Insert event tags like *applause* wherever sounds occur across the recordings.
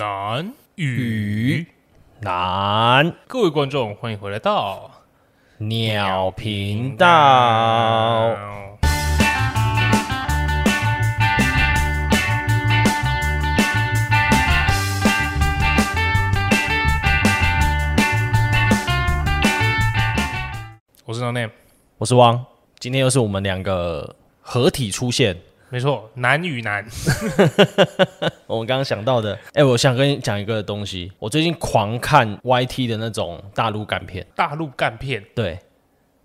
南语。南各位观众，欢迎回来到鸟频道，我是 No Name，我是汪。今天又是我们两个合体出现。没错，男与男，我们刚刚想到的，哎、我想跟你讲一个东西。我最近狂看 YT 的那种大陆干片，大陆干片，对，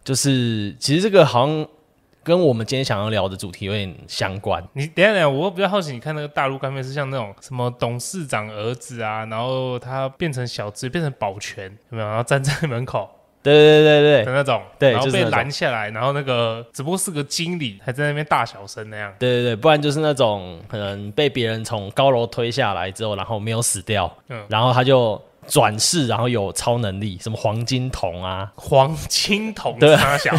就是其实这个好像跟我们今天想要聊的主题有点相关。你等一下等一下，我比较好奇，你看那个大陆干片是像那种什么董事长儿子啊，然后他变成小资，变成保全，有没有？然后站在门口对对对对的对那种，欸对然后就是被那种拦下来，然后那个只不过是个经理，还在那边大小声那样。对对对，不然就是那种可能被别人从高楼推下来之后，然后没有死掉，嗯然后他就转世，然后有超能力，什么黄金瞳啊，黄金瞳对沙 *laughs* 小，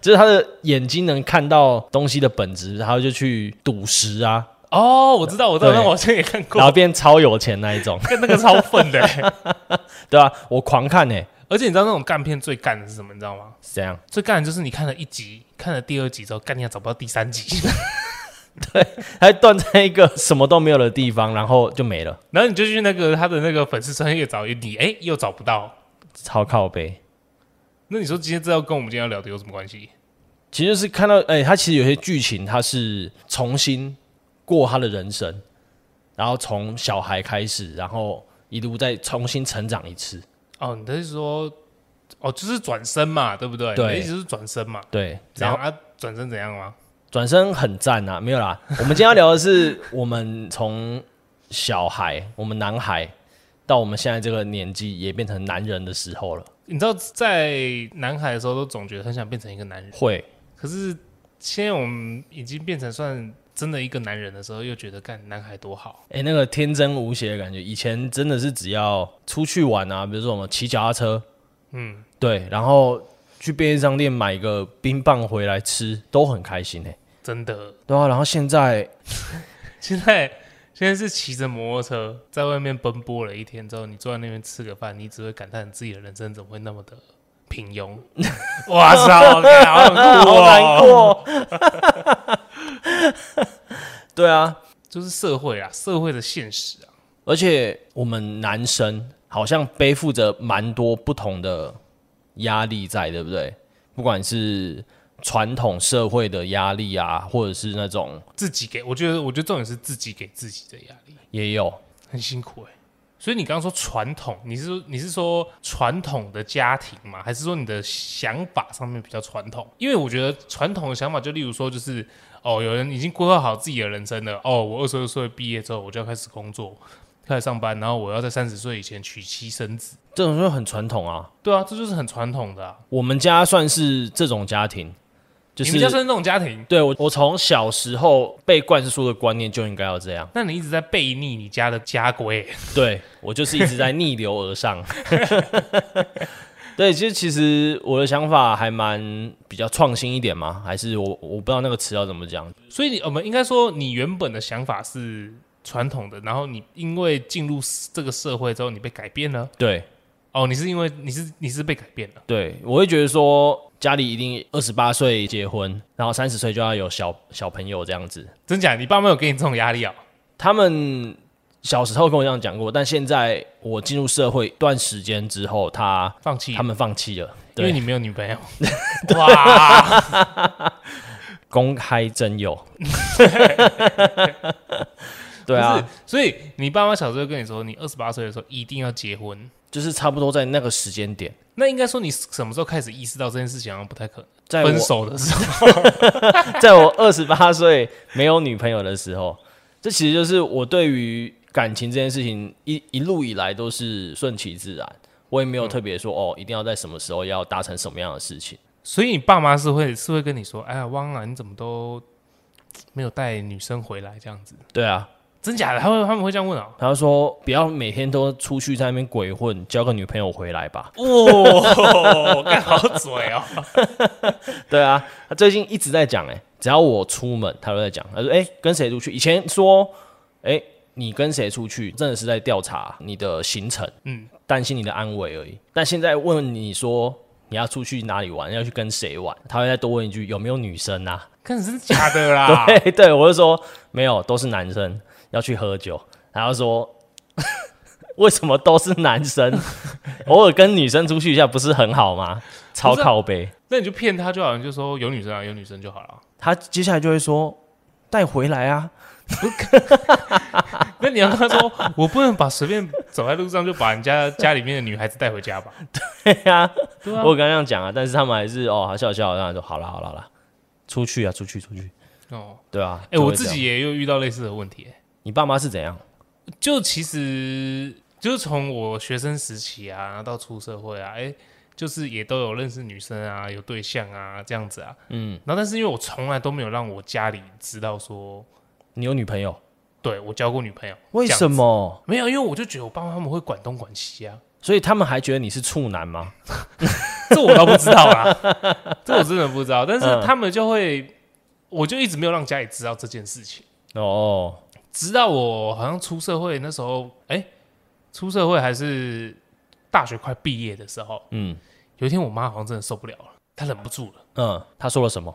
就是他的眼睛能看到东西的本质，然后就去赌石啊，哦，我知道，我知道，对那我好像也看然过，后，变超有钱那一种 *laughs* 看那个超粉的欸、 *laughs* 对啊？我狂看呢、欸，而且你知道那种干片最干的是什么？你知道吗？是这样？最干的就是你看了一集，看了第二集之后，干你还找不到第三集， *laughs* 还断在一个什么都没有的地方，然后就没了，然后你就去那个他的那个粉丝专业找你，哎、又找不到。超靠背。那你说今天这要跟我们今天要聊的有什么关系？其实就是看到，哎、他其实有些剧情他是重新过他的人生，然后从小孩开始，然后一路再重新成长一次。哦，你的意思是说，哦，就是转身嘛，对不对？对你的意思是转身嘛？对，然然后后啊，转身怎样吗？转身很赞啊，没有啦。我们今天要聊的是，我们从小孩，我们男孩到我们现在这个年纪，也变成男人的时候了。你知道在南海的时候，都总觉得很想变成一个男人，会，可是现在我们已经变成算真的一个男人的时候，又觉得干男孩多好。哎、那个天真无邪的感觉，以前真的是只要出去玩啊，比如说我们骑脚踏车，嗯，对，然后去便利商店买个冰棒回来吃，都很开心哎、真的， *laughs* 对啊，然后现在现在现在是骑着摩托车在外面奔波了一天之后，你坐在那边吃个饭，你只会感叹自己的人生怎么会那么的平庸。哇塞，我靠，好想 *laughs* 啊哭好哦难过， *laughs* 对啊，就是社会啊，社会的现实啊，而且我们男生好像背负着蛮多不同的压力在，对不对？不管是传统社会的压力啊，或者是那种自己给我觉得，我觉得重点是自己给自己的压力，也有，很辛苦哎、所以你刚刚说传统，你是说你是说传统的家庭吗？还是说你的想法上面比较传统？因为我觉得传统的想法，就例如说，就是哦，有人已经规划好自己的人生了。哦，我二十二岁毕业之后，我就要开始工作，开始上班，然后我要在三十岁以前娶妻生子。这种就很传统啊。对啊，这就是很传统的、啊。我们家算是这种家庭，就你们家是算是那种家庭，对我，我从小时候被灌输的观念就应该要这样。那你一直在背逆你家的家规、对我就是一直在逆流而上。 *laughs* 对，其实其实我的想法还蛮比较创新一点嘛，还是我我不知道那个词要怎么讲，所以你呃我们应该说，你原本的想法是传统的，然后你因为进入这个社会之后，你被改变了。对哦，你是因为你是你是被改变了，对，我会觉得说家里一定二十八岁结婚，然后三十岁就要有小小朋友这样子。真假？你爸妈有给你这种压力啊、他们小时候跟我这样讲过，但现在我进入社会一段时间之后，他放弃他，们啊放弃了，因为对，你没有女朋 *laughs* 友。啊哇，公开 *laughs* 征友。对啊，不是，所以你爸妈小时候跟你说，你二十八岁的时候一定要结婚。就是差不多在那个时间点，那应该说你什么时候开始意识到这件事情好像不太可能？在我分手的时候， *laughs* 在我二十八岁没有女朋友的时候，这其实就是我对于感情这件事情一一路以来都是顺其自然，我也没有嗯特别说、哦，一定要在什么时候要达成什么样的事情。所以你爸妈是会是会跟你说，哎呀，汪啊，你怎么都没有带女生回来这样子？对啊，真假的？他会他们会这样问啊、他就说不要每天都出去在那边鬼混，交个女朋友回来吧。哇，干好嘴 *laughs* 哦！对啊，他最近欸一直在讲哎、只要我出门，他都在讲，他说哎、跟谁出去？以前说哎、你跟谁出去，真的是在调查你的行程，嗯，担心你的安危而已。但现在问你说你要出去哪里玩，要去跟谁玩，他会再多问一句有没有女生啊？看真的假的啦？ *laughs* 对对，我就说没有，都是男生要去喝酒，然后说。 *laughs* 为什么都是男生？ *laughs* 偶尔跟女生出去一下不是很好吗？超啊靠背。那你就骗他就好，你就说有女生啊，有女生就好了。他接下来就会说带回来啊，那你要跟他说， *laughs* 我不能把随便走在路上就把人家家里面的女孩子带回家吧？ *laughs* 对啊，对啊，我刚刚讲啊，但是他们还是哦，笑笑，然后说好啦好啦好啦，出去啊出去出去，哦，对啊，哎、就会我自这样己，也有遇到类似的问题、欸你爸妈是怎样？就其实就是从我学生时期啊，然后到出社会啊，哎、就是也都有认识女生啊，有对象啊，这样子啊，嗯，然后但是因为我从来都没有让我家里知道说，你有女朋友？对我交过女朋友，为这样什么？没有？因为我就觉得我爸妈他们会管东管西啊，所以他们还觉得你是处男吗？这我倒不知道啦，这我真的不知道。但是他们就会，我就一直没有让家里知道这件事情，哦，直到我好像出社会那时候，哎、出社会还是大学快毕业的时候，嗯有一天我妈好像真的受不了了，她忍不 *laughs* 住了，嗯，他说了什么？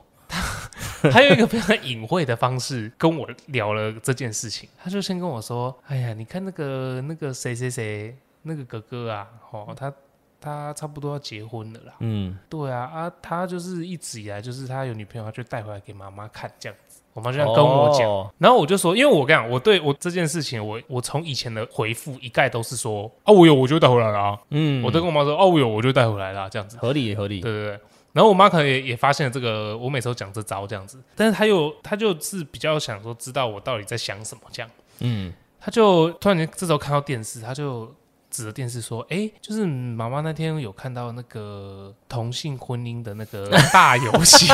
她用一个非常隐晦的方式跟我聊了这件事情，她就先跟我说：“哎呀，你看那个那个谁谁谁那个哥哥啊，哦，他他差不多要结婚了啦。”嗯，对啊，啊，他就是一直以来就是他有女朋友，他就带回来给妈妈看这样子。我妈就这样跟我讲，哦然后我就说，因为我跟你讲，我对我这件事情，我我从以前的回复一概都是说，啊，我有我就带回来了、啊，嗯，我都跟我妈说，哦、我有我就带回来了、这样子。合理合理对，对对。然后我妈可能也也发现了这个，我每次都讲这招这样子，但是她又她就是比较想说知道我到底在想什么这样。嗯，他就突然间这时候看到电视，他就指着电视说：“哎、就是妈妈那天有看到那个同性婚姻的那个大游戏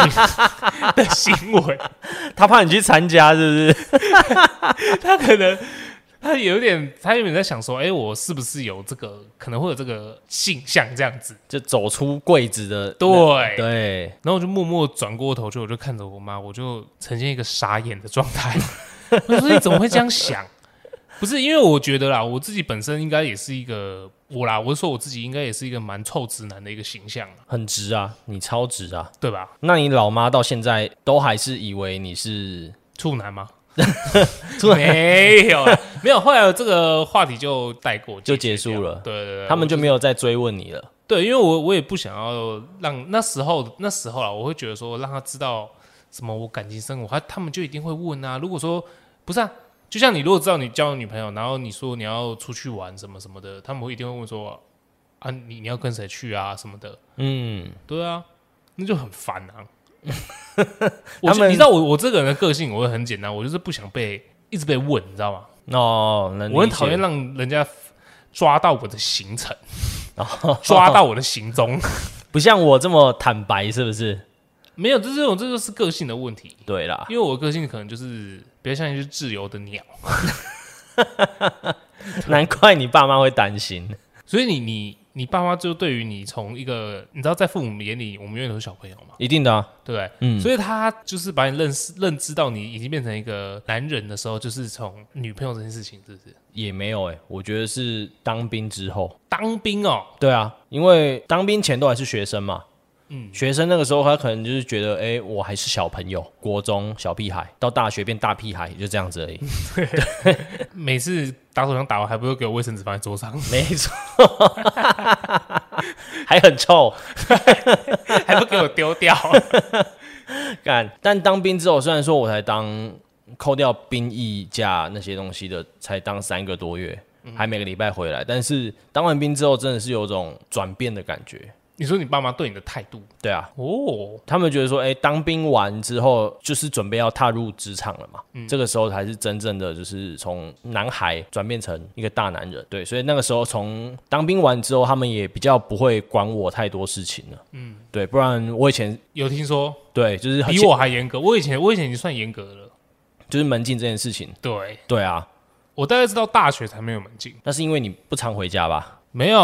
的新闻，他怕你去参加是不是？他可能。”他有点，他有点在想说，哎、我是不是有这个，可能会有这个性向这样子？就走出柜子的，对，对，然后我就默默转过头去，我就看着我妈，我就呈现一个傻眼的状态。 *laughs* 我就说：“你怎么会这样想？”不是因为我觉得啦，我自己本身应该也是一个我啦，我是说我自己应该也是一个蛮臭直男的一个形象啦，很直啊，你超直啊。对吧？那你老妈到现在都还是以为你是处男吗？ *laughs* 处男没有啦，没有。后来这个话题就带过，就解决结束掉了对对对，他们我就没有再追问你了。对，因为我我也不想要让那时候那时候啦，我会觉得说让他知道什么我感情生活，他他们就一定会问啊。如果说不是啊，就像你如果知道你交了女朋友，然后你说你要出去玩什么什么的，他们会一定会问说啊，你你要跟谁去啊什么的。嗯，对啊，那就很烦 *laughs* 啊。我他就们你知道我我这个人的个性，我会很简单，我就是不想被一直被问，你知道吗？哦，能理解我很讨厌让人家抓到我的行 *laughs* 程，抓到我的行踪。不像我这么坦白，是不是？没有，这这种这就是个性的问题，对啦， *laughs* 因为我的个性可能就是比较像一只自由的鸟，难怪你爸妈会担心。所以你你你爸妈就对于你从一个你知道在父母眼里，我们永远都是小朋友嘛，一定的、啊，对不对？嗯，所以他就是把你认识、认知到你已经变成一个男人的时候，就是从女朋友这件事情，是不是？也没有哎、我觉得是当兵之后。当兵哦，对啊，因为当兵前都还是学生嘛。嗯，学生那个时候他可能就是觉得，哎、我还是小朋友，国中小屁孩，到大学变大屁孩，就这样子而已。每次打手枪打完，还不会给我卫生纸放在桌上， *laughs* 没错， *laughs* 还很臭。还不给我丢掉。干。但当兵之后，虽然说我才当扣掉兵役假那些东西的，才当三个多月，还每个礼拜回来，但是当完兵之后，真的是有种转变的感觉。你说你爸妈对你的态度对啊，哦，他们觉得说，哎、当兵完之后就是准备要踏入职场了嘛，嗯这个时候才是真正的就是从男孩转变成一个大男人。对，所以那个时候从当兵完之后，他们也比较不会管我太多事情了。嗯，对，不然我以前有听说对就是比我还严格，我以前我以前已经算严格了，就是门禁这件事情，对。对啊，我大概是到大学才没有门禁，那是因为你不常回家吧？没有，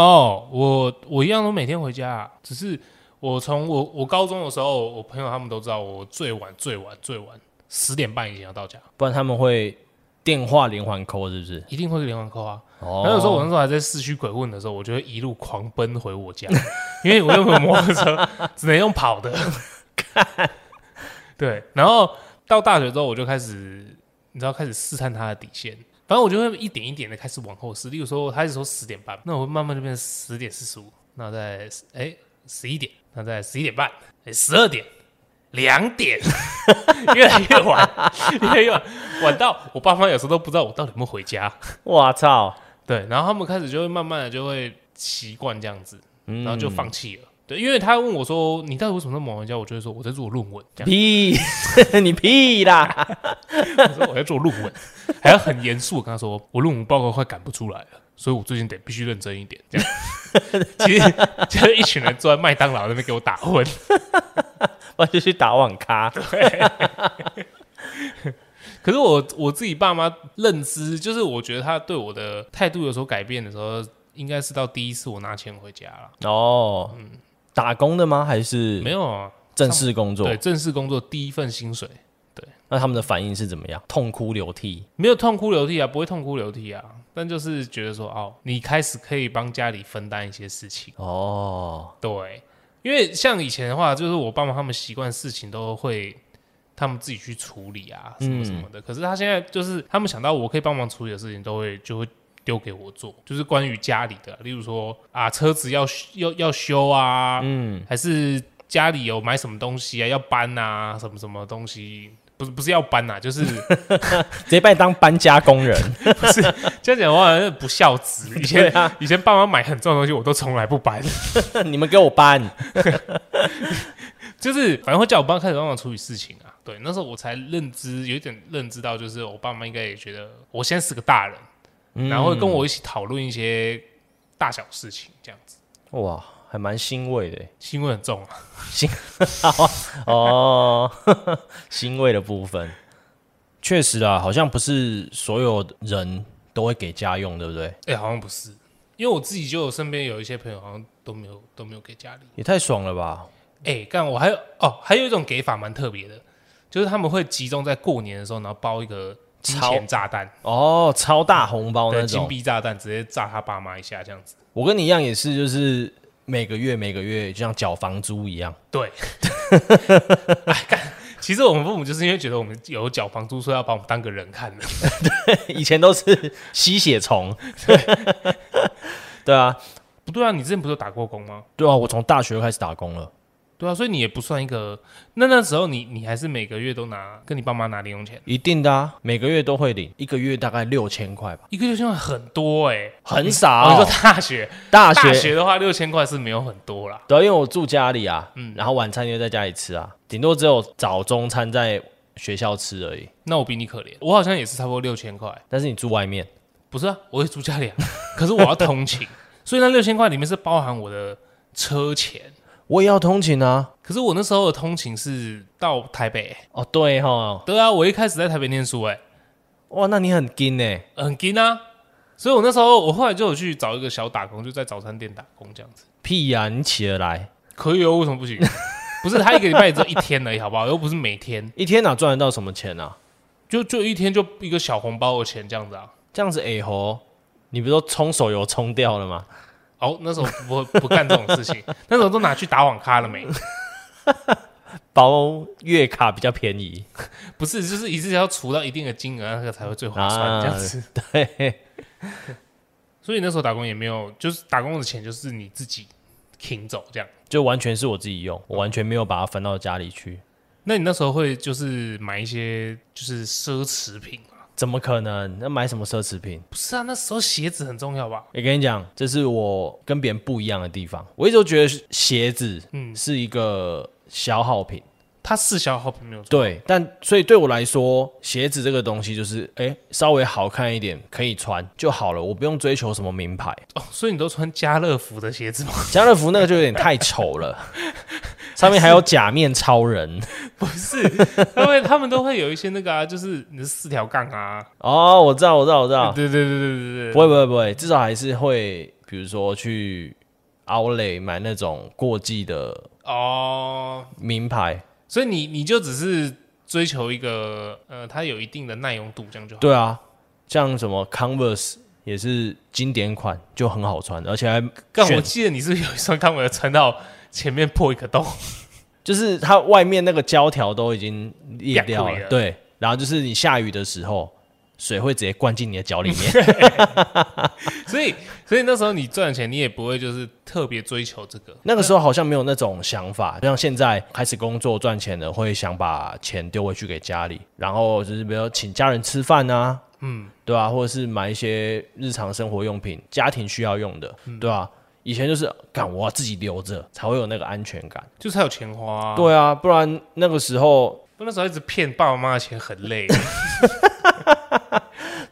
我我一样都每天回家、啊，只是我从我我高中的时候，我朋友他们都知道我最晚最晚最晚十点半以前要到家，不然他们会电话连环扣是不是？一定会是连环扣啊。哦然后有时候我那时候还在市区鬼混的时候，我就会一路狂奔回我家， *laughs* 因为我又没有摩托车，只能用跑的。对，然后到大学之后，我就开始，你知道，开始试探他的底线。反正我就会一点一点的开始往后试，例如说，我开始说十点半，那我会慢慢就变成十点四十五，那在哎十一点，那在十一点半，哎十二点，两点， *laughs* 越来越晚，越来越晚，晚到我爸妈有时候都不知道我到底有没有回家。哇操，对，然后他们开始就会慢慢的就会习惯这样子，然后就放弃了。对，因为他问我说：“你到底为什么那么晚回家？”我就会说：“我在做论文。”这 *laughs* 样，屁，你屁啦！ *laughs* 我说我在做论文，还要很严肃地跟他说：“我论文报告快赶不出来了，所以我最近得必须认真一点。”这样，其实就是一群人坐在麦当劳那边给我打混。我就去打网咖。可是我我自己爸妈认知，就是我觉得他对我的态度有所改变的时候，应该是到第一次我拿钱回家了。哦，打工的吗？还是没有啊，正式工作对，？正式工作第一份薪水。那他们的反应是怎么样？痛哭流涕。没有痛哭流涕啊，不会痛哭流涕啊，但就是觉得说，哦，你开始可以帮家里分担一些事情，哦，对，因为像以前的话，就是我爸妈他们习惯事情都会他们自己去处理啊，什么什么的。可是他现在就是他们想到我可以帮忙处理的事情，都会就会丢给我做，就是关于家里的，例如说啊，车子要要要修啊，嗯，还是家里有买什么东西啊，要搬啊，什么什么东西。不是不是要搬呐、啊，就是直接把你当搬家工人。 *laughs* 这样讲的话好像不孝子。以对前、啊，以前爸妈买很重的东西， *laughs* 我都从来不搬，你们给我搬。就是反正会叫我爸开始帮忙处理事情啊。对，那时候我才认知，有一点认知到，就是我爸妈应该也觉得我现在是个大人，嗯然后会跟我一起讨论一些大小事情，这样子，哇，还蛮欣慰的耶。新闻很重啊。哦， *laughs* 欣慰的部分，确实啊，好像不是所有人都会给家用，对不对？哎、好像不是，因为我自己就有身边有一些朋友好像都没有都没有给家里。也太爽了吧！哎、干我还有哦，还有一种给法蛮特别的，就是他们会集中在过年的时候，然后包一个金超钱炸弹。哦，超大红包对，那金种，币炸弹直接炸他爸妈一下这样子。我跟你一样也是，就是每个月每个月就像缴房租一样。对， *laughs* 哎干，其实我们父母就是因为觉得我们有缴房租，所以要把我们当个人看的。 *laughs* *laughs* 以前都是吸血虫， *laughs* 对啊，不对啊，你之前不是有打过工吗？对啊，我从大学开始打工了，对啊，所以你也不算一个。那那时候你你还是每个月都拿跟你爸妈拿零用钱，一定的啊，每个月都会领，一个月大概六千块吧，一个六千块很多哎、很少、哦，你说大学，大大学的话六千块是没有很多啦。对啊、因为我住家里啊，然后晚餐又在家里吃啊，顶多只有早中餐在学校吃而已。那我比你可怜，我好像也是差不多六千块。但是你住外面，不是啊，我会住家里啊， *laughs* 可是我要通勤，所以那六千块里面是包含我的车钱。我也要通勤啊。可是我那时候的通勤是到台北、哦，对哈，对啊，我一开始在台北念书、欸，哇，那你很劲呢、哎，很紧啊，所以我那时候我后来就有去找一个小打工，就在早餐店打工这样子，屁呀、你起得来，可以哦，为什么不行？不是他一个礼拜只有一天而已，好不好？又不是每天，一天哪赚得到什么钱啊？就就一天就一个小红包的钱这样子啊。这样子哎吼，你不是都充手游充掉了吗？哦，那时候不不干这种事情，那时候都拿去打网咖了没？包月卡比较便宜，不是，就是一次要除到一定的金额，那个才会最划算、啊这样子。 *laughs* 对，所以那时候打工也没有，就是打工的钱就是你自己挺走这样。就完全是我自己用，我完全没有把它分到家里去，那你那时候会就是买一些就是奢侈品吗？怎么可能？那买什么奢侈品？不是啊，那时候鞋子很重要吧？也跟你讲，这是我跟别人不一样的地方。我一直都觉得鞋子，嗯是一个消耗品，它是消耗品没有错，对。但所以对我来说，鞋子这个东西就是，哎、稍微好看一点可以穿就好了，我不用追求什么名牌。哦，所以你都穿家乐福的鞋子 *laughs* 吗？家乐福那个就有点太 *laughs* 丑了，上面还有假面超人。不是，因为他们都会有一些那个啊，就是你的四条杠啊，哦，我知道，我知道，我知道。对对对对对不对，会不会不会，至少还是会，比如说去 Outlet 买那种过季的哦，名牌。所以你你就只是追求一个呃，它有一定的耐用度这样就好。对啊，像什么 Converse 也是经典款，就很好穿，而且还但我炫记得你是不是有一双看我的穿到前面破一个洞， *laughs* 就是它外面那个胶条都已经裂掉裂开了，了对，然后就是你下雨的时候，水会直接灌进你的脚里面，所以所以那时候你赚的钱，你也不会就是特别追求这个。那个时候好像没有那种想法，就像现在开始工作赚钱了，会想把钱丢回去给家里，然后就是比如说请家人吃饭啊，嗯，对吧、或者是买一些日常生活用品，家庭需要用的，对吧、以前就是干，我要自己留着才会有那个安全感。就是才有钱花、啊。对啊，不然那个时候我那时候一直骗爸爸妈妈的钱很 *laughs* 累，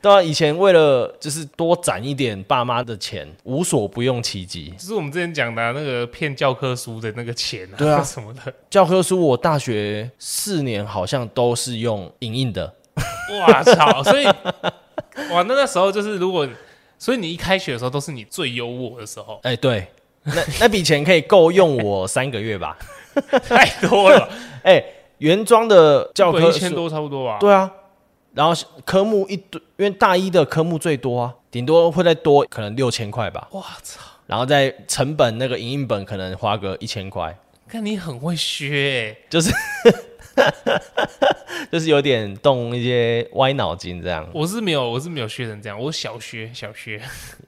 对啊，以前为了就是多攒一点爸妈的钱，无所不用其极。就是我们之前讲的啊、那个骗教科书的那个钱啊，对啊什么的。教科书我大学四年好像都是用影印的，哇操！所以哇，那那时候就是如果，所以你一开学的时候都是你最优渥的时 *laughs* 候，哎、对，那那笔钱可以够用我三个月吧？ *laughs* 太多了，哎、原装的教本科一千书，多差不多吧？对啊，然后科目一堆，因为大一的科目最多啊，顶多会再多可能六千块吧，哇操！然后再成本那个影印本可能花个一千块，看你很会削、欸，就是有点动一些歪脑筋这样。我是没有，我是没有削成这样，我小削小削，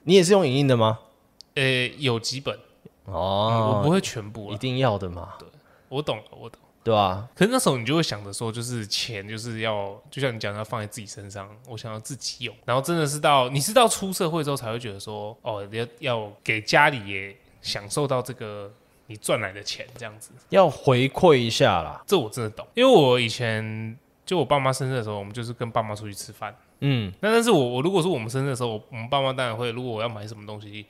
你也是用影印的吗？呃、有几本，嗯我哦，不会全部一了，定要的嘛，我懂了，我懂。对吧、可是那时候你就会想着说，就是钱就是要，就像你讲的，要放在自己身上，我想要自己用。然后真的是到你是到出社会之后才会觉得说，哦，要要给家里也享受到这个你赚来的钱这样子。要回馈一下啦。这我真的懂，因为我以前就我爸妈生日的时候，我们就是跟爸妈出去吃饭。嗯，那但是我我如果说我们生日的时候，我我们爸妈当然会，如果我要买什么东西，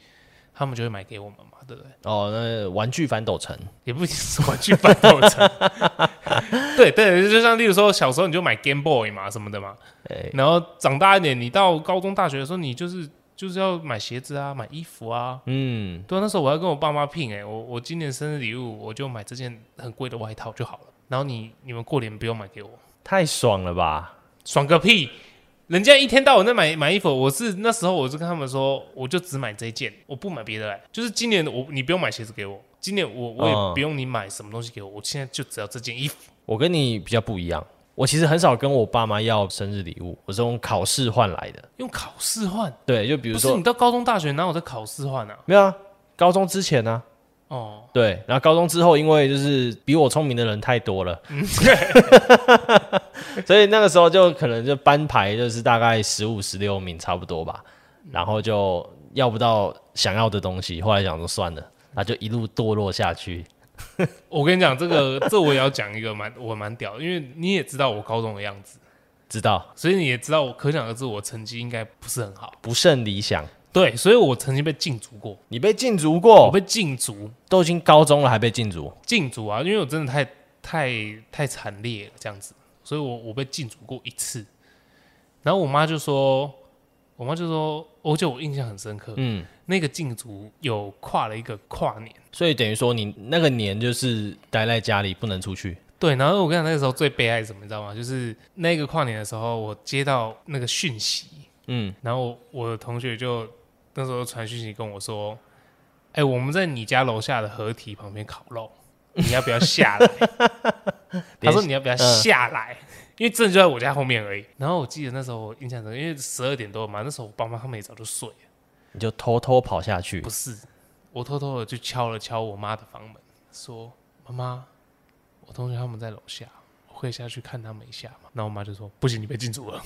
他们就会买给我们嘛，对不对？哦，那玩具反斗城，也不一定是玩具反斗城。 *laughs* 对对，就像例如说，小时候你就买 Game Boy 嘛什么的嘛，哎然后长大一点，你到高中、大学的时候，你就是就是要买鞋子啊，买衣服啊。嗯，对啊，那时候我要跟我爸妈拼、欸，哎，我我今年生日礼物我就买这件很贵的外套就好了。然后你你们过年不用买给我，太爽了吧？爽个屁！人家一天到晚在买买衣服，我是那时候我就跟他们说，我就只买这一件，我不买别的、欸。就是今年我你不用买鞋子给我，今年我我也嗯不用你买什么东西给我，我现在就只要这件衣服。我跟你比较不一样，我其实很少跟我爸妈要生日礼物，我是用考试换来的。用考试换，对，就比不如是说你到高中大学哪有在考试换啊？没有啊，高中之前呢、哦，对，然后高中之后，因为就是比我聪明的人太多了， *laughs* 所以那个时候就可能就班排就是大概十五、十六名差不多吧，然后就要不到想要的东西，后来想说算了，那就一路堕落下去。我跟你讲，这个 *laughs* 这我也要讲一个蛮我蛮屌的，因为你也知道我高中的样子，知道所以你也知道我可想而知我成绩应该不是很好。不甚理想，对，所以我曾经被禁足过，你被禁足我过，被禁足，都已经高中了还被禁足，禁足啊，因为我真的太太太惨烈了这样子，所以我我被禁足过一次。然后我妈就说，我妈就说，而且我印象很深刻，嗯，那个禁足有跨了一个跨年，所以等于说你那个年就是待在家里不能出去，对。然后我跟你讲，那个时候最悲哀是什么，你知道吗？就是那个跨年的时候，我接到那个讯息，嗯，然后我的同学就那时候传讯息跟我说：“哎、我们在你家楼下的河堤旁边烤肉，你要不要下来？”他说：“你要不要下来？”因为真的就在我家后面而已。然后我记得那时候我印象中，因为十二点多嘛，那时候我爸妈他们也早就睡了。你就偷偷跑下去不，是，我偷偷的就敲了敲我妈的房门，说：“妈妈，我同学他们在楼下，我可以下去看他们一下吗？”然后我妈就说：“不行，你被禁 *laughs* 足了。”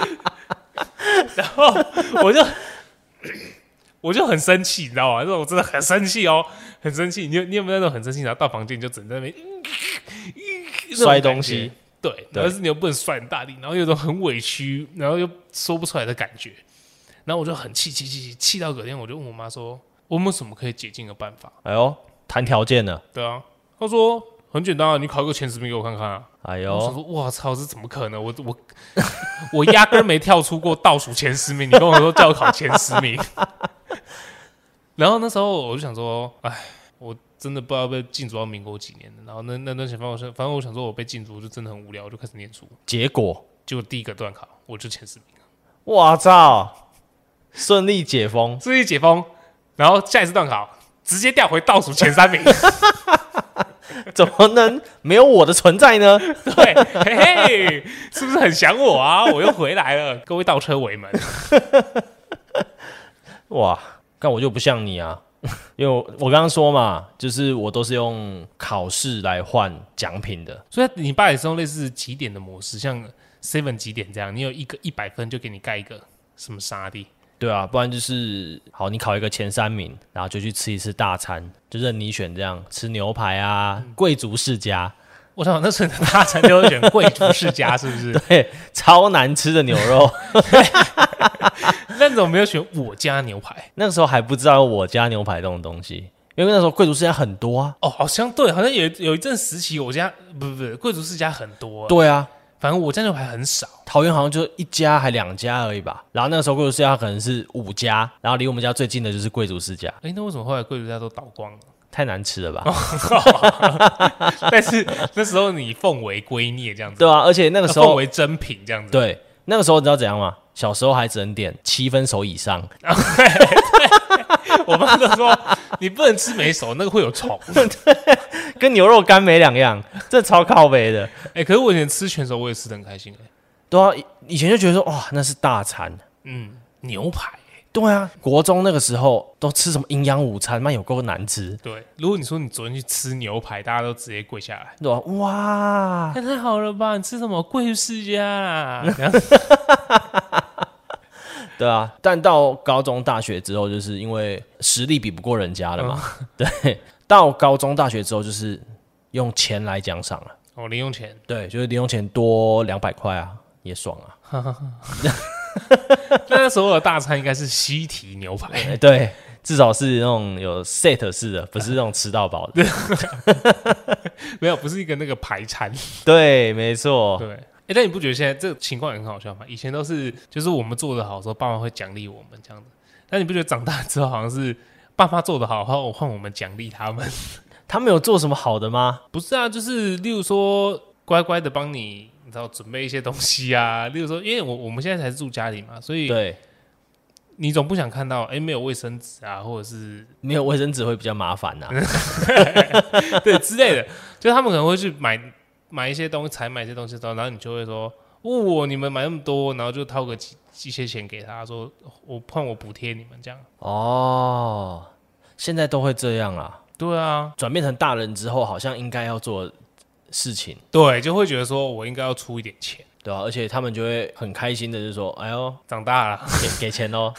*laughs* 然后我就 *coughs* 我就很生气，你知道吗？那种真的很生气哦，很生气。你有你有没有那种很生气，然后到房间你就整在那边嗯那种摔感觉东西，对，对但是你又不能摔很大力，然后有种很委屈，然后又说不出来的感觉，然后我就很气气气气气到隔天，我就问我妈说，我们有什么可以解禁的办法？哎呦，谈条件了，对啊，她说很简单啊，你考个前十名给我看看啊。哎我呦想，说，哇操，这怎么可能？我我我压根儿没跳出过倒数前十名，你跟我说叫我考前十名，然后那时候我就想说，哎，我真的不知道被禁足到民国几年了。然后那那段时间，反正我想反正我想说我被禁足就真的很无聊，我就开始念书。结果结果第一个段考我就前十名，我操，顺利解封， *laughs* 这一解封，然后下一次段考直接调回倒数前三名，怎么能没有我的存在呢？对，嘿嘿，是不是很想我啊？我又回来了，各位倒车为门，哇，但我就不像你啊， *laughs* 因为我我刚刚说嘛，就是我都是用考试来换奖品的。所以你爸也是用类似几点的模式，像 seven 几点这样，你有一个一百分就给你盖一个什么沙地，对啊，不然就是好，你考一个前三名，然后就去吃一次大餐，就任你选这样，吃牛排啊，贵族世家，我想那时候大餐就会选贵族世家，是不是？嘿，超难吃的牛肉。 *laughs* 那种没有选我家牛排那个时候还不知道有我家牛排这种东西，因为那时候贵族世家很多啊。哦，好像对，好像有有一阵时期我家不不不贵族世家很多，对啊，反正我家牛排很少。桃园好像就一家还两家而已吧。然后那个时候贵族世家可能是五家，然后离我们家最近的就是贵族世家，哎、那为什么后来贵族世家都倒光了？太难吃了吧？ *laughs* 但是那时候你奉为圭臬这样子，对啊，而且那个时奉候为珍品这样子，对那个时候你知道怎样吗？小时候还只能点七分熟以上，我妈都说你不能吃没熟，那个会有虫。跟牛肉干没两样，这超靠背的。 *laughs* 哎、可是我以前吃全熟，我也吃的很开心、欸。对啊，以以前就觉得说哇，那是大餐。嗯，牛排、欸对啊，国中那个时候都吃什么营养午餐，那有够难吃。对，如果你说你昨天去吃牛排，大家都直接跪下 *laughs* 来，对啊，哇，哎那、太好了吧？你吃什么贵世家 *laughs* 啦？然后对啊，但到高中、大学之后，就是因为实力比不过人家了嘛。 *laughs* 对，到高中、大学之后，就是用钱来奖赏了。哦，零用钱，对，就是零用钱多两百块啊，也爽 *laughs* 啊。 *laughs* 那时候的大餐应该是西提牛排，哎对，至少是那种有 set 式的，不是那种吃到 *laughs* 饱的。 *laughs* 没有，不是一个那个排餐。对，没错。对，哎、但你不觉得现在这个情况也很好笑吗？以前都是就是我们做的好的时候，爸妈会奖励我们这样子，但你不觉得长大之后好像是爸妈做的好，然后我换我们奖励他们？ *laughs* 他们有做什么好的吗？不是啊，就是例如说乖乖的帮你，你知道准备一些东西啊，例如说，因为我我们现在才是住家里嘛，所以对，你总不想看到哎、没有卫生纸啊，或者是没有卫生纸会比较麻烦啊呐、 *laughs* 对之类的，就是他们可能会去买买一些东西，采买一些东西之后，然后你就会说，哦，你们买那么多，然后就掏个几一些钱给他，说我换我补贴你们这样。哦，现在都会这样啊。对啊，转变成大人之后，好像应该要做的事情。对，就会觉得说我应该要出一点钱。对啊，而且他们就会很开心的，就说：“哎呦，长大了， *laughs* 给 *laughs* 给钱哦，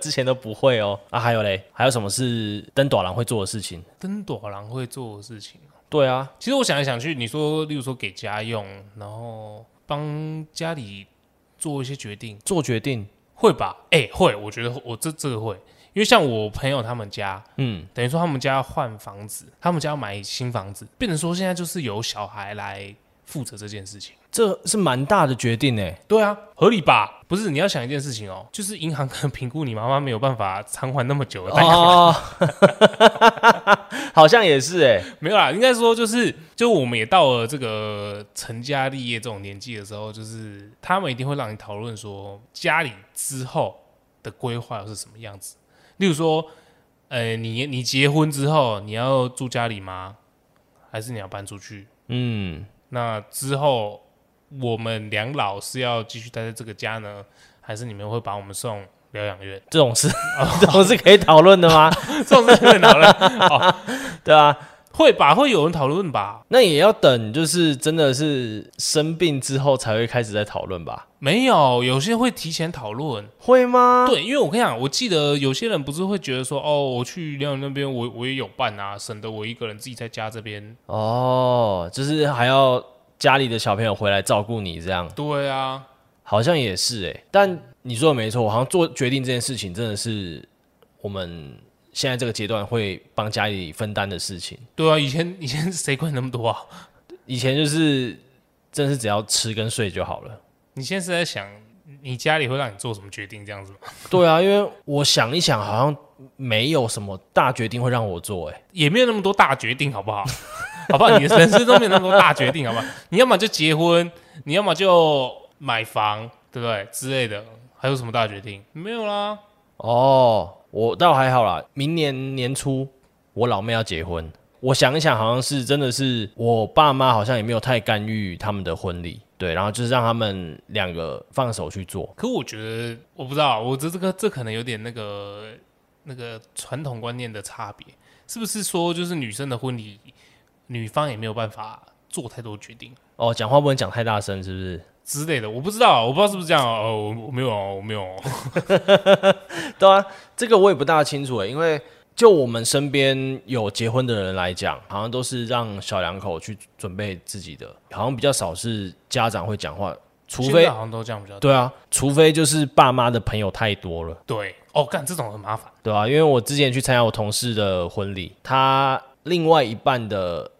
之前都不会哦。”啊，还有嘞，还有什么是登短郎会做的事情？登朵郎会做的事情。对啊，其实我想来想去，你说，例如说给家用，然后帮家里做一些决定，做决定，会吧？哎、会，我觉得我这这个会，因为像我朋友他们家，嗯，等于说他们家要换房子，他们家要买新房子，变成说现在就是由小孩来负责这件事情。这是蛮大的决定诶。对啊，合理吧？不是，你要想一件事情哦，就是银行可能评估你妈妈没有办法偿还那么久的贷款，哦， *laughs* 好像也是诶。 *laughs* 没有啦，应该说就是，就我们也到了这个成家立业这种年纪的时候，就是他们一定会让你讨论说家里之后的规划是什么样子。例如说，呃，你你结婚之后你要住家里吗？还是你要搬出去？嗯，那之后我们两老是要继续待在这个家呢，还是你们会把我们送疗养 *laughs* 院？这种事， *laughs* 这种是可以讨论的吗？这种事情讨论对啊，会吧？会有人讨论吧？那也要等，就是真的是生病之后才会开始在讨论吧？没有，有些会提前讨论。会吗？对，因为我跟你讲，我记得有些人不是会觉得说，哦，我去疗养那边，我我也有伴啊，省得我一个人自己在家这边。哦，就是还要家里的小朋友回来照顾你这样。对啊，好像也是哎、但你说的没错，我好像做决定这件事情真的是我们现在这个阶段会帮家里分担的事情。对啊，以前以前谁管那么多啊？以前就是真的是只要吃跟睡就好了。你现在是在想，你家里会让你做什么决定这样子吗？对啊，因为我想一想，好像没有什么大决定会让我做哎、也没有那 *laughs* 么多大决定，好不好？好不好？你的人生都没有那么多大决定，好不好？你要么就结婚，你要么就买房，对不对之类的？还有什么大决定？没有啦。哦，我倒还好啦。明年年初我老妹要结婚，我想一想，好像是真的是我爸妈好像也没有太干预他们的婚礼，对，然后就是让他们两个放手去做。可我觉得，我不知道，我这这个这可能有点那个那个传统观念的差别，是不是说就是女生的婚礼，女方也没有办法做太多决定哦，讲话不能讲太大声，是不是？之类的？我不知道，我不知道是不是这样哦。哦我我没有哦，我没有哦。对啊，这个我也不大清楚诶，欸因为就我们身边有结婚的人来讲，好像都是让小两口去准备自己的，好像比较少是家长会讲话， *laughs* 除现在非好像都这样比较对对啊，除非就是爸妈的朋友太多了。对哦，干这种很麻烦。对啊，因为我之前去参加我同事的婚礼，他另外一半的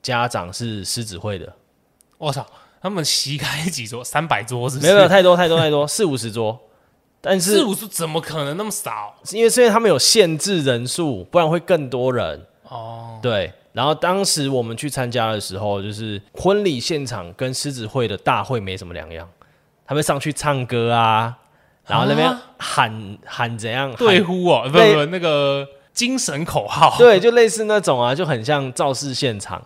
家长是狮子会的，我操，他们席开几桌？ *laughs* 三百桌是不没是？有没有太多太多太多， *laughs* 四五十桌，但四是五桌怎么可能那么少？因为虽然他们有限制人数，不然会更多人哦。对，然后当时我们去参加的时候，就是婚礼现场跟狮子会的大会没什么两样，他们上去唱歌啊，然后那边啊喊喊怎样，对呼哦，不对不不，那个精神口号。 *laughs* 对，就类似那种啊，就很像造势现场，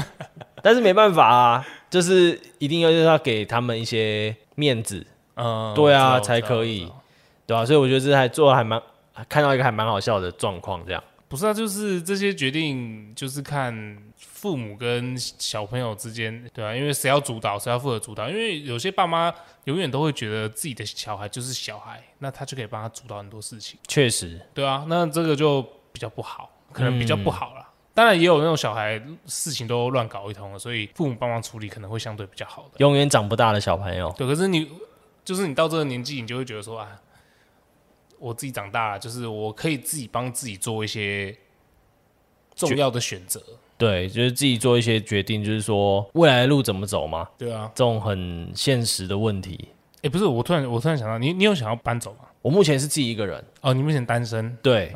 *laughs* 但是没办法啊，就是一定要就是要给他们一些面子，嗯，对啊我知道才可以我知道我知道对吧、所以我觉得这还做的还蛮，看到一个还蛮好笑的状况，这样不是啊，就是这些决定就是看父母跟小朋友之间，对啊，因为谁要主导，谁要负责主导。因为有些爸妈永远都会觉得自己的小孩就是小孩，那他就可以帮他主导很多事情，确实对啊，那这个就比较不好，可能比较嗯不好啦。当然也有那种小孩事情都乱搞一通了，所以父母帮忙处理可能会相对比较好的。永远长不大的小朋友，对，可是你就是你到这个年纪，你就会觉得说啊，我自己长大了，就是我可以自己帮自己做一些重要的选择。对，就是自己做一些决定，就是说未来的路怎么走嘛，对啊，这种很现实的问题。哎、不是，我突然我突然想到，你你有想要搬走吗？我目前是自己一个人，哦，你目前单身，对，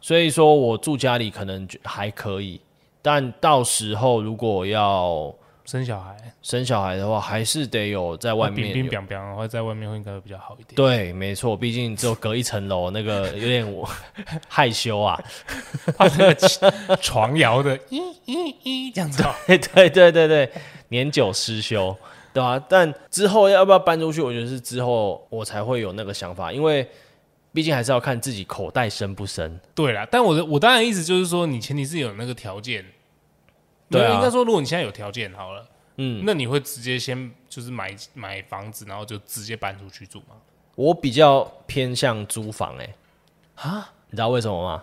所以说我住家里可能就还可以，但到时候如果要生小孩，生小孩的话，还是得有在外面冰冰有。冰冰，然后在外面会应该会比较好一 *laughs* 点。对，没错，毕竟只有隔一层楼，那个有点我 *laughs* 害羞啊。 *laughs* 他那个床摇的，咦咦咦，这样 *laughs* 子、哦。对对对对对，年久失修，对吧、但之后要不要搬出去，我觉得是之后我才会有那个想法，因为毕竟还是要看自己口袋深不深。对啦，但我的我当然意思就是说，你前提是有那个条件。对啊没有应该说，如果你现在有条件好了，嗯，那你会直接先就是买买房子，然后就直接搬出去住吗？我比较偏向租房、欸，哎，啊，你知道为什么吗？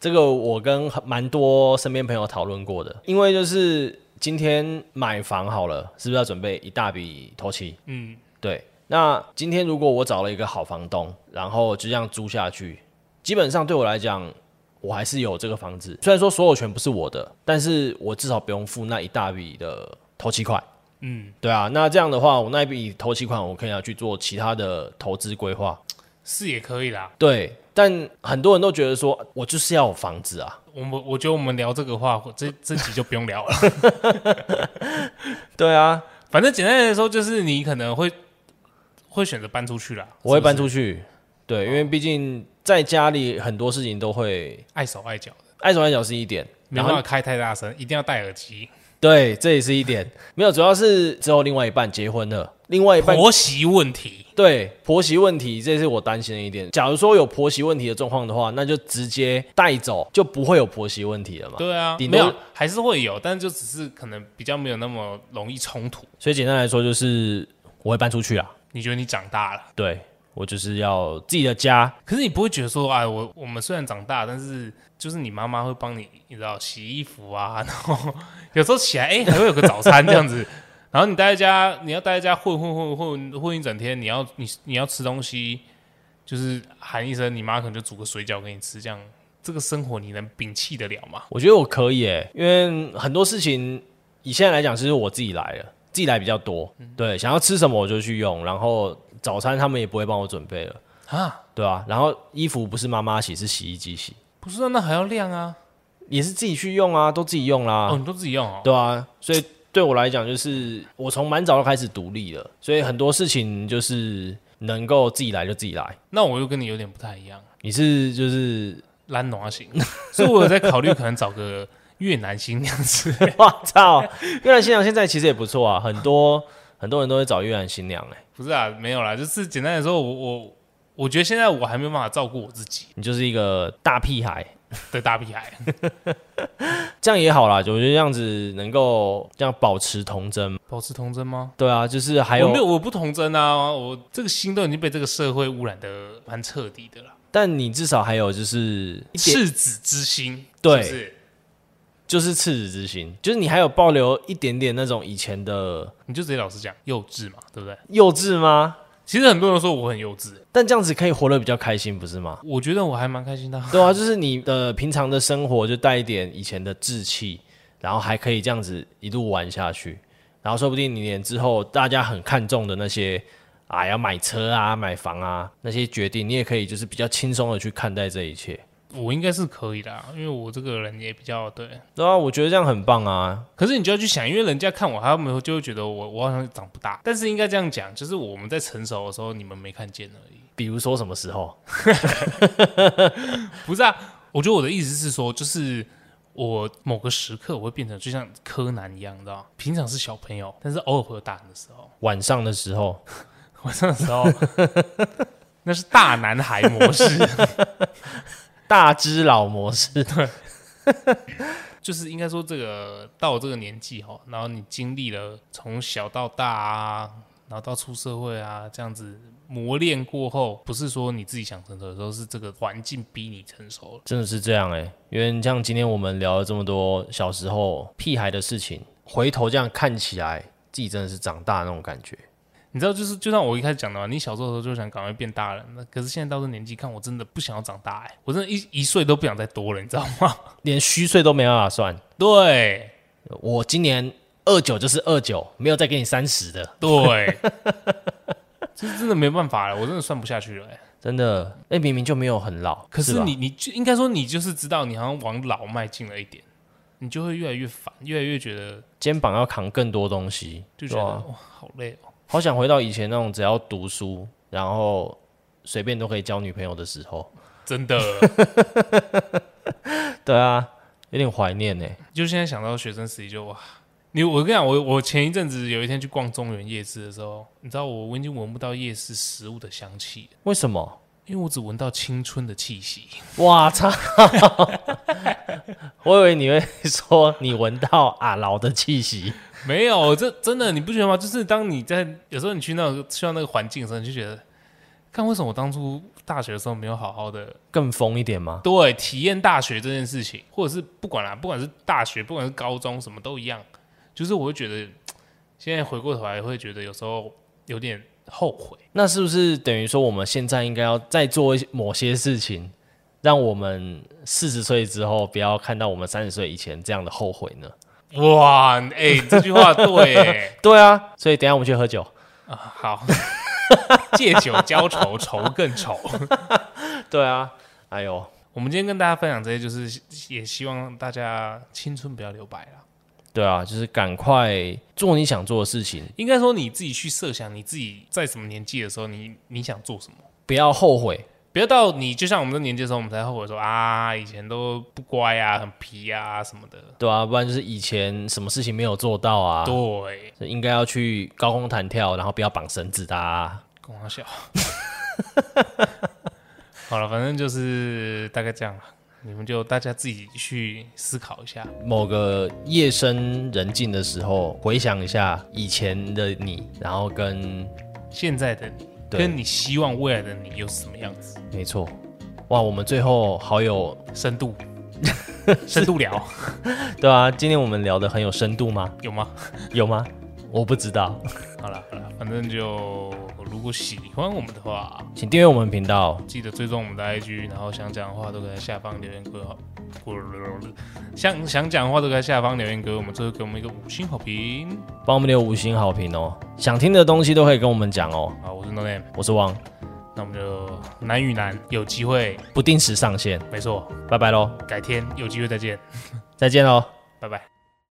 这个我跟很蛮多身边朋友讨论过的，因为就是今天买房好了，是不是要准备一大笔头期？嗯，对，那今天如果我找了一个好房东，然后就这样租下去，基本上对我来讲，我还是有这个房子。虽然说所有权不是我的，但是我至少不用付那一大笔的头期款。嗯，对啊，那这样的话，我那一笔头期款，我可以拿去做其他的投资规划。是也可以啦。对，但很多人都觉得说，我就是要有房子啊。我们我觉得我们聊这个话，这这集就不用聊了。 *laughs* 对啊，反正简单来说，就是你可能会会选择搬出去啦。我会搬出出去。对，因为毕竟在家里很多事情都会碍手碍脚的，碍手碍脚是一点，没然办后法开太大声，一定要戴耳机。对，这也是一点。没有，主要是之后另外一半结婚了，另外一半婆媳问题，对婆媳问题，这是我担心的一点。假如说有婆媳问题的状况的话，那就直接带走，就不会有婆媳问题了嘛。对啊，顶没多有还是会有，但就只是可能比较没有那么容易冲突。所以简单来说，就是我会搬出去啊。你觉得你长大了，对我就是要自己的家，可是你不会觉得说，哎，我我们虽然长大，但是就是你妈妈会帮你，你知道洗衣服啊， *laughs* 然后有时候起来，哎、还会有个早餐这样子。 *laughs* 然后你待在家，你要待在家混混混混混一整天，你要你你要吃东西，就是喊一声，你妈可能就煮个水饺给你吃，这样这个生活你能摒弃得了吗？我觉得我可以诶、因为很多事情以现在来讲，其实我自己来了，自己来比较多。对，想要吃什么我就去用，然后早餐他们也不会帮我准备了。啊，对啊，然后衣服不是妈妈洗，是洗衣机洗，不是啊，那还要晾啊，也是自己去用啊，都自己用啦，哦，你都自己用哦，对啊，所以对我来讲，就是我从蛮早就开始独立了，所以很多事情就是能够自己来就自己来。那我又跟你有点不太一样，你是就是懒惰型，所以我有在考虑可能找个越南新娘子。 *laughs* 我操，越南新娘现在其实也不错啊，很多很多人都会找越南新娘哎、不是啊，没有啦，就是简单的说，我我我觉得现在我还没有办法照顾我自己你就是一个大屁孩，的大屁孩。这样也好啦，就我觉得这样子能够这样保持童真。保持童真吗？对啊，就是还我有，没有，我不童真啊，我这个心都已经被这个社会污染的蛮彻底的啦。但你至少还有就是一点，赤子之心，对是不是就是赤子之心，就是你还有保留一点点那种以前的你就直接老实讲，幼稚嘛，对不对？幼稚吗？其实很多人说我很幼稚，但这样子可以活得比较开心，不是吗？我觉得我还蛮开心的啊。 *laughs* 对啊，就是你的平常的生活就带一点以前的志气，然后还可以这样子一路玩下去，然后说不定你连之后大家很看重的那些啊要买车啊、买房啊那些决定，你也可以就是比较轻松的去看待这一切。我应该是可以的啊，因为我这个人也比较对。对啊，我觉得这样很棒啊。可是你就要去想，因为人家看我，他们就会觉得我我好像长不大。但是应该这样讲，就是我们在成熟的时候，你们没看见而已。比如说什么时候？不是啊，我觉得我的意思是说，就是我某个时刻我会变成就像柯南一样，你知道吗？平常是小朋友，但是偶尔会有大人的时候。晚上的时候，晚上的时候， *laughs* 那是大男孩模式， *laughs* 大只老模式。 *laughs* 就是应该说这个到我这个年纪哈，然后你经历了从小到大啊，然后到出社会啊这样子磨练过后，不是说你自己想成熟的时候，是这个环境逼你成熟了。真的是这样哎、因为像今天我们聊了这么多小时候屁孩的事情，回头这样看起来，自己真的是长大的那种感觉。你知道，就是就像我一开始讲的嘛，你小时候的时候就想赶快变大人，那可是现在到这年纪看，我真的不想要长大哎、我真的一一岁都不想再多了，你知道吗？ *laughs* 连虚岁都没办法算。对我今年二九就是二九，没有再给你三十的，对， *laughs* 这真的没办法了，我真的算不下去了、欸。真的。哎、明明就没有很老，可是吧你，你就应该说，你就是知道，你好像往老迈进了一点，你就会越来越烦，越来越觉得，肩膀要扛更多东西，就觉对得哇、啊好累哦。好想回到以前那种只要读书，然后随便都可以交女朋友的时候。真的， *laughs* 对啊，有点怀念呢、就现在想到学生时期就哇，你我跟你讲，我我前一阵子有一天去逛中原夜市的时候，你知道我我已经闻不到夜市食物的香气了，为什么？因为我只闻到青春的气息。哇操！ *laughs* 我以为你会说你闻到阿劳的气息，没有，这真的你不觉得吗？就是当你在有时候你去那个去到那个环境的时候，你就觉得，看为什么我当初大学的时候没有好好的更疯一点吗？对体验大学这件事情，或者是不管啦，不管是大学，不管是高中，什么都一样，就是我会觉得现在回过头来会觉得有时候有点后悔。那是不是等于说我们现在应该要再做一些某些事情，让我们四十岁之后不要看到我们三十岁以前这样的后悔呢？哇，哎、这句话对、欸对啊，所以等一下我们去喝酒。啊，好，借酒浇愁，愁更愁。对啊，哎呦，我们今天跟大家分享这些，就是也希望大家青春不要留白了。对啊，就是赶快做你想做的事情，应该说你自己去设想，你自己在什么年纪的时候，你你想做什么。不要后悔。不要到你就像我们这年纪的时候，我们才后悔说啊，以前都不乖啊，很皮啊什么的。对啊，不然就是以前什么事情没有做到啊，对，所以应该要去高空弹跳，然后不要绑绳子的、啊。跟我 *laughs* 笑。好了，反正就是大概这样了，你们就大家自己去思考一下。某个夜深人静的时候，回想一下以前的你，然后跟现在的你对跟你希望未来的你又是什么样子？没错，哇，我们最后好有深度，深度聊 *laughs* 对啊，今天我们聊的很有深度吗？有吗？有吗？我不知道，好了好了，反正就如果喜欢我们的话，请订阅我们频道。记得追踪我们的 IG，然后想讲的话都可以在下方留言给我。想想讲的话都可以在下方留言给我们，最后给我们一个五星好评。帮我们留五星好评哦，想听的东西都可以跟我们讲哦。好，我是 No Name，我是汪，那我们就男与男有机会，不定时上线，没错，拜拜喽，改天有机会再见，再见喽。拜拜。